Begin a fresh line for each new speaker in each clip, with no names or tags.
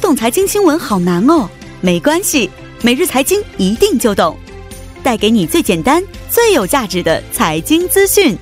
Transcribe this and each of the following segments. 懂财经新闻好难哦，没关系，每日财经一定就懂，带给你最简单、最有价值的财经资讯。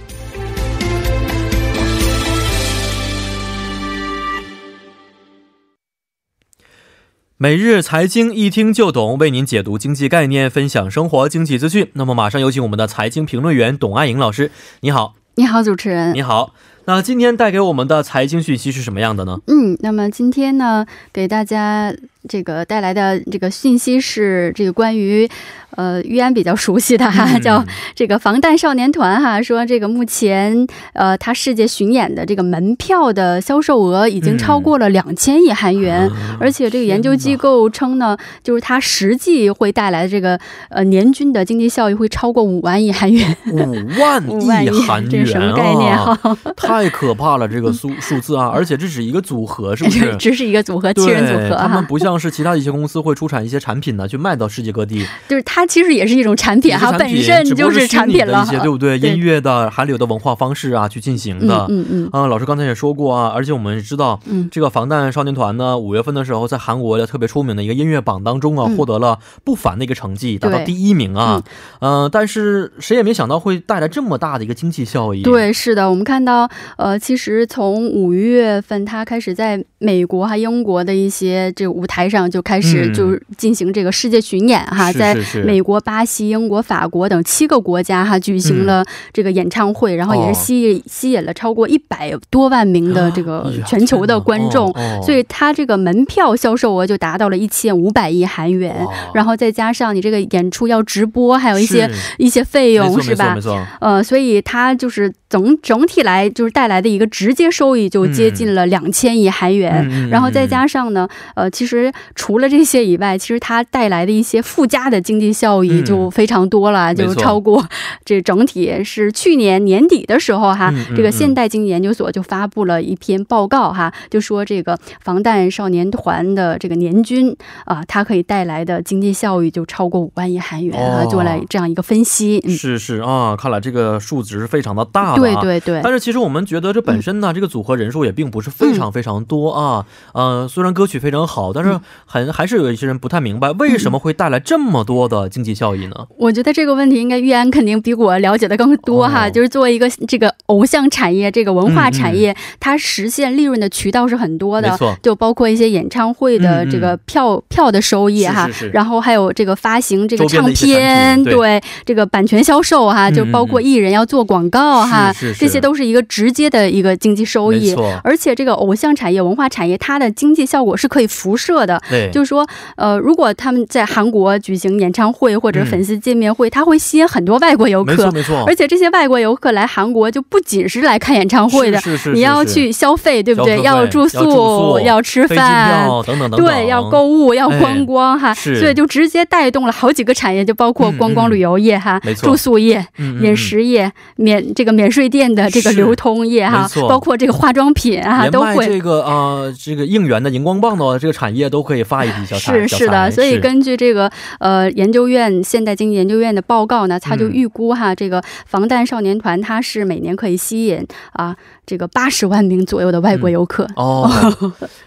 每日财经一听就懂，为您解读经济概念，分享生活经济资讯。那么，马上有请我们的财经评论员董爱颖老师。你好，
你好，主持人。
你好。那今天带给我们的财经讯息是什么样的呢？
嗯，那么今天呢，给大家这个带来的这个讯息是这个关于，呃，玉安比较熟悉的哈，
嗯
叫这个防弹少年团哈，说这个目前呃，他世界巡演的这个门票的销售额已经超过了两千亿韩元、
嗯啊
而且这个研究机构称呢，就是它实际会带来的这个呃年均的经济效益会超过五万亿韩元，
五万
五万
亿韩
这
元
是什么概念
啊，
哈、
太可怕了！这个数数字
？
啊，而且这只是一个组合，是不是
只是一个组合，七
对，
人组合啊
他
哈
们。不像是其他一些公司会出产一些产品呢，去卖到世界各地。
就是它其实也是一种产品哈，
这些产
本
品
身
只不
就
过是
产
虚拟
品
的
了
一些，对不对？音乐的、韩流的文化方式啊，去进行
嗯
的。
嗯嗯
啊、老师刚才也说过啊，而且我们知道，
嗯
这个防弹少年团呢，五月份的时候在韩国的特别出名的一个音乐榜当中啊，
嗯
获得了不凡的一个成绩，达到
对
第一名啊。嗯、但是谁也没想到会带来这么大的一个经济效益。，
对，是的，我们看到，呃，其实从五月份，它开始在美国还英国的一些这个舞台上就开始
嗯
就是进行这个世界巡演哈，
是
啊在
是是
美国、巴西、英国、法国等七个国家哈举行了这个演唱会，然后也
嗯哦
是吸引、吸引了超过一百多万名的这
哎
个
呀
全球的
天哪
观众，
哦哦
所以它这个门票销售额就达到了一千五百亿韩元
哇，
然后再加上你这个演出要直播，还有一些
啊是
一些费
没
用
错
是吧
没？错没错
呃，所以它就是整整体来就是带来的一个直接收益就接近了两千亿韩
嗯嗯嗯
元。呃然后再
嗯
加上呢，呃，其实除了这些以外，其实它带来的一些附加的经济效益
嗯
就非常多了，
没
就
错
超过这整体是去年年底的时候哈，
嗯嗯
这个
嗯
现代经济研究所就发布了一篇报告哈，就说这个防弹少年团的这个年均啊、它可以带来的经济效益就超过五万亿韩元啊，
哦
做了这样一个分析。嗯，
是是啊，看来这个数值是非常的大的、啊。
对对对。嗯
但是其实我们觉得这本身呢，这个组合人数也并不是非常非常多啊。嗯、虽然歌曲非常好，但是很还是有一些人不太明白为什么会带来这么多的经济效益呢？
我觉得这个问题应该玉安肯定比我了解的更多哈。
哦嗯
就是作为一个这个偶像产业、这个文化产业，它实现利润的渠道是很多
没
的
错，
就包括一些演唱会的
嗯嗯
这个票、票的收益哈
是是是
然后还有这个发行这个
周边
唱
的一些产
片，
品对
这个版权销售哈，
嗯
就包括艺人要做广告哈，
是是是
这些都是一个直接的一个经济收
没
益。
错，
而且这个偶像产业、文化产业，它的经济效果是可以辐射的，
对，
就是说，呃，如果他们在韩国举行演唱会或者
嗯
粉丝见面会，他会吸引很多外国游
没错
客，
没错，
而且这些外国游客来韩国就不仅是来看演唱会的，
是是是是
你要去消费，对不
消
对？
费
住
要住宿
要吃
飞机
饭。
票等等等等，啊哎
对，要购物，要观光哈、
是
所以就直接带动了好几个产业，就包括观
嗯
光
嗯
旅游业哈、
没错
住宿业、
嗯嗯嗯
饮食业、免这个免税店的这个
是
流通业哈
没，错
包括这个化妆品啊，
连
都
卖
会
这个啊、呃这个应援的荧光棒的这个产业都可以发一笔小财，
是
小
是的，
财
所以
是
根据这个呃研究院现代经济研究院的报告呢，他就
嗯
预估哈，这个防弹少年团它是每年可以吸引啊这个八十万名左右的外
嗯
国游客。
哦，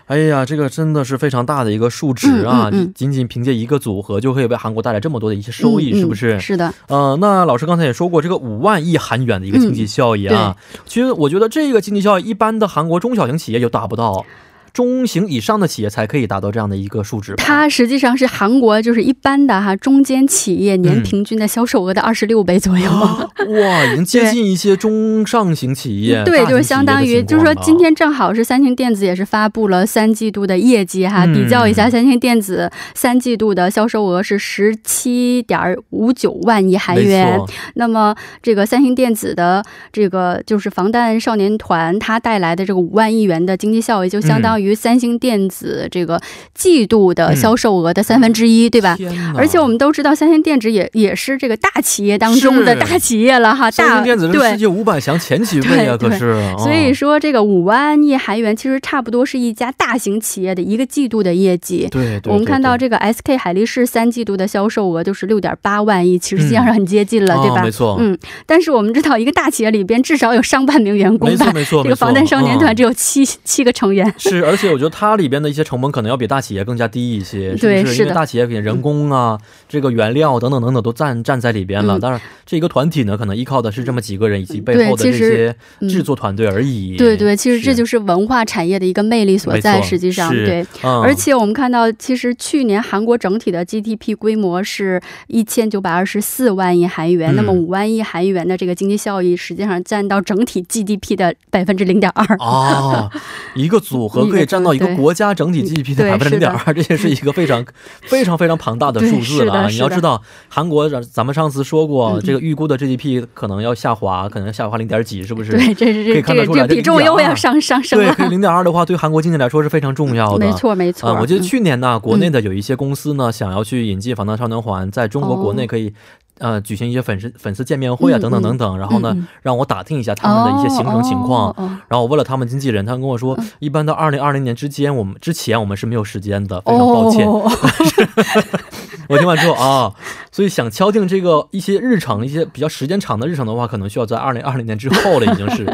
哎呀，这个真的是非常大的一个数值啊！
嗯嗯嗯
仅仅凭借一个组合就可以为韩国带来这么多的一些收益，
嗯嗯
是不是？
是的，
呃，那老师刚才也说过，这个五万亿韩元的一个经济效益啊，其实我觉得这个经济效益一般的韩国中小型企业就达不到，中型以上的企业才可以达到这样的一个数值吧。
它实际上是韩国就是一般的哈中间企业年
嗯
平均的销售额的二十六倍左右。
哦哇，已经接近一些中上型企业，
对，
大型企业
就是相当于，
的情
就是说
况了啊
今天正好是三星电子也是发布了三季度的业绩哈，
嗯
比较一下，三星电子三季度的销售额是十七点五九万亿韩
没
元
错，
那么这个三星电子的这个就是防弹少年团它带来的这个五万亿元的经济效益，就相
嗯
当于三星电子这个季度的销售额的三分之一，对吧？
天哪
而且我们都知道，三星电子也也是这个大企业当中的
是
大企业了哈，
三
大
星电子是
对
世界五百强前几位啊，
对
可是，
所以说，这个五万亿韩元其实差不多是一家大型企业的一个季度的业绩
嗯。对，对
我们看
对
到
对
这个 SK 海力士三季度的销售额就是六点八万亿，其实际上是很接近了，
哦
对吧
没？错，
嗯，但是我们知道，一个大企业里边至少有上万名员工
没错
吧。
没错，
这个
没错
防弹少年团
嗯
只有七、七个成员，
是，而且我觉得它里边的一些成本可能要比大企业更加低一些，是不
对
是？
是
因为
的
大企业肯定人工啊、这个原料等等等等都占占在里边了。
嗯
当然，这一个团体呢，可能依靠的是这么几个人以及
对
背后的
其
这
实
些
嗯
制作团队而已。
对对，其实这就是是文化产业的一个魅力所
没
在。
错
实际上，
是
对，
嗯、
而且我们看到，其实去年韩国整体的 GDP 规模是一千九百二十四万亿韩元，
嗯
那么五万亿韩元的这个经济效益，实际上占到整体 GDP 的百分之零点二。
哦，一个组合可以占到一个
对
国家整体 GDP 的
对
百分之零
是的
点二，这也是一个非 常非常非常庞大的数字了啊！
对是的是的
你要知道，韩国咱咱们上次说过
嗯，
这个预估的 GDP 可能要下滑，可能下滑零点几，是不是？
对，这是
可以
这
看
这
得
个
出
这
来这个
个比重又要
1.2
上上升
啊对
了，，
零点二的话，对韩国经济来说是非常重要的。
没错没错。
啊、我记得
嗯
去年呢，国内的有一些公司呢，想要去引进防弹少年团，在中国国内可以、呃举行一些粉丝粉丝见面会啊，
哦嗯
等等
嗯
等等。然后呢，
嗯嗯
让我打听一下他们的一些行程情况。
哦哦
然后我问了他们经纪人，他们跟我说，
嗯
一般到二零二零年之间，我们之前我们是没有时间的，非常抱歉。
哦哦
我听完之后啊，所以想敲定这个一些日程，一些比较时间长的日程的话，可能需要在二零二零年之后了，已经 是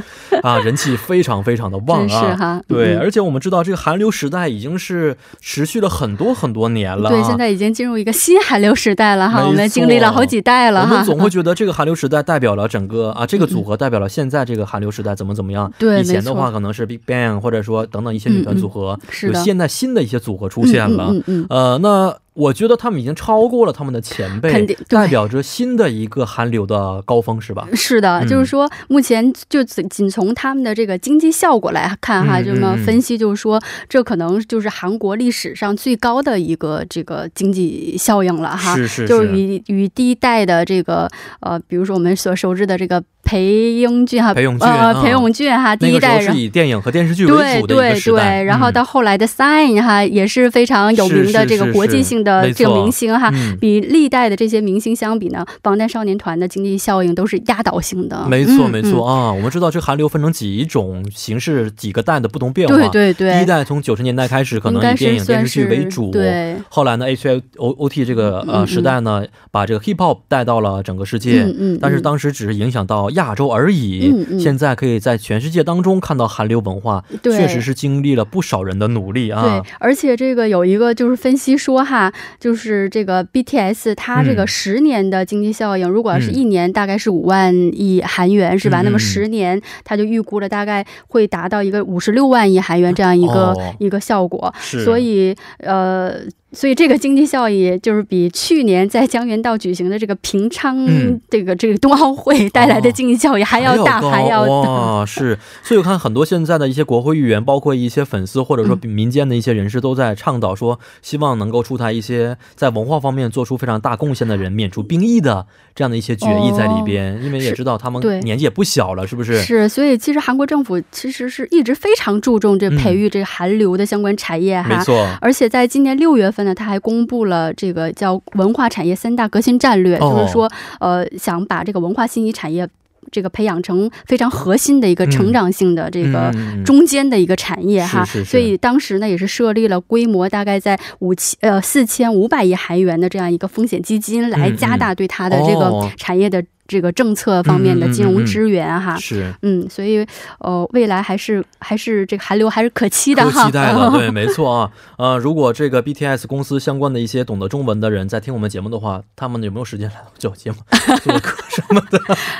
啊，人气非常非常的旺
真是
啊。
哈，
对，
嗯
而且我们知道这个韩流时代已经是持续了很多很多年了、啊。
对，现在已经进入一个新韩流时代了
没
哈，
错
我们经历了好几代了
我
哈嗯
们。总会觉得这个韩流时代代表了整个啊，这个组合代表了现在这个韩流时代怎么怎么样。
对
以前的
没
话
错嗯
可能是 Big Bang 或者说等等一些女团组合，
是
有
的
现在新的一些组合出现了。
嗯嗯嗯嗯
呃，那我觉得他们已经超过了他们的前辈，
肯定对
代表着新的一个韩流的高峰，是吧？
是的，
嗯
就是说，目前就仅仅从他们的这个经济效果来看哈，
嗯
这么
嗯嗯
分析，就是说，这可能就是韩国历史上最高的一个这个经济效应了哈。
是是
啊就是与与第一代的这个呃，比如说我们所熟知的这个裴英俊哈，
裴勇俊
呃，
嗯
裴勇俊哈，第
那
一
个时
代
候
人
是。以电影和电视剧为
对
主的一个
对
时代，
对，然后
嗯
到后来的 Sign 哈、也是非常有名
是
的
是
这个
是
国际性的
是
这个
没错
明星哈、
嗯
比历代的这些明星相比呢，防弹少年团的经济效应都是压倒性的。
没错，
嗯
没错、啊！我们知道这韩流分成几种形式、几个代的不同变
嗯
化。
对对
第一
对，
代从九十年代开始，可
应
能
该
以电
是
影、电
算
视剧
是
为主。
对，
后来呢，H I O O T 这个
嗯
呃
嗯
时代呢，把这个 hip hop 带到了整个世界。
嗯嗯，
但是
嗯
当时只是影响到亚洲而已、
嗯嗯
现在可以在全世界当中看到韩流文化，
对
确实是经历了不少人的努力
对
啊。，
而且这个有一个就是分析说哈，就是这个 BTS 它这个
嗯
十年的经济效应，如果要是
嗯
一年大概是五万亿韩元是吧？
嗯
那么
嗯
十年它就预估了大概会达到一个五十六万亿韩元这样一个、
哦
一个效果，
是
所以呃。所以这个经济效益就是比去年在江原道举行的这个平昌
嗯
这个、这个冬奥会带来的
哦
经济效益还要大，
高哦
还要大。
哇，是，所以我看很多现在的一些国会议员，包括一些粉丝或者
嗯
说民间的一些人士，都在倡导说，希望能够出台一些在文化方面做出非常大贡献的人免除兵役的这样的一些决议在里边，因为也
哦是
知道他们
对
年纪也不小了，是不是？
是，所以其实韩国政府其实是一直非常注重这
嗯
培育这个韩流的相关产业
没
哈。
错。
而且在今年六月份呢，他还公布了这个叫文化产业三大革新战略，
哦
就是说，呃，想把这个文化信息产业这个培养成非常核心的一个
嗯
成长性的这个
嗯嗯嗯
中间的一个产业哈。
是是是
所以当时呢，也是设立了规模大概在五千呃四千五百亿韩元的这样一个风险基金，来
嗯嗯
加大对它的这
哦
个产业的这个政策方面的金
嗯嗯嗯
融
嗯
支援哈。
是
嗯，所以呃，未来还是还是这个韩流还是可期的
可
哈。
期待了，对，没错啊，呃，如果这个 BTS 公司相关的一些懂得中文的人在听我们节目的话，他们有没有时间来我们节目 做客什么的？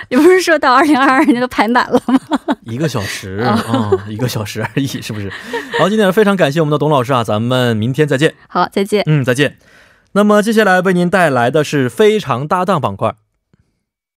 你不是说到二零二二年都排满了吗？
一个小时啊、嗯一个小时而已，是不是？好，今天非常感谢我们的董老师啊，咱们明天再见。
好，再见。
嗯，再见。那么接下来为您带来的是非常搭档板块。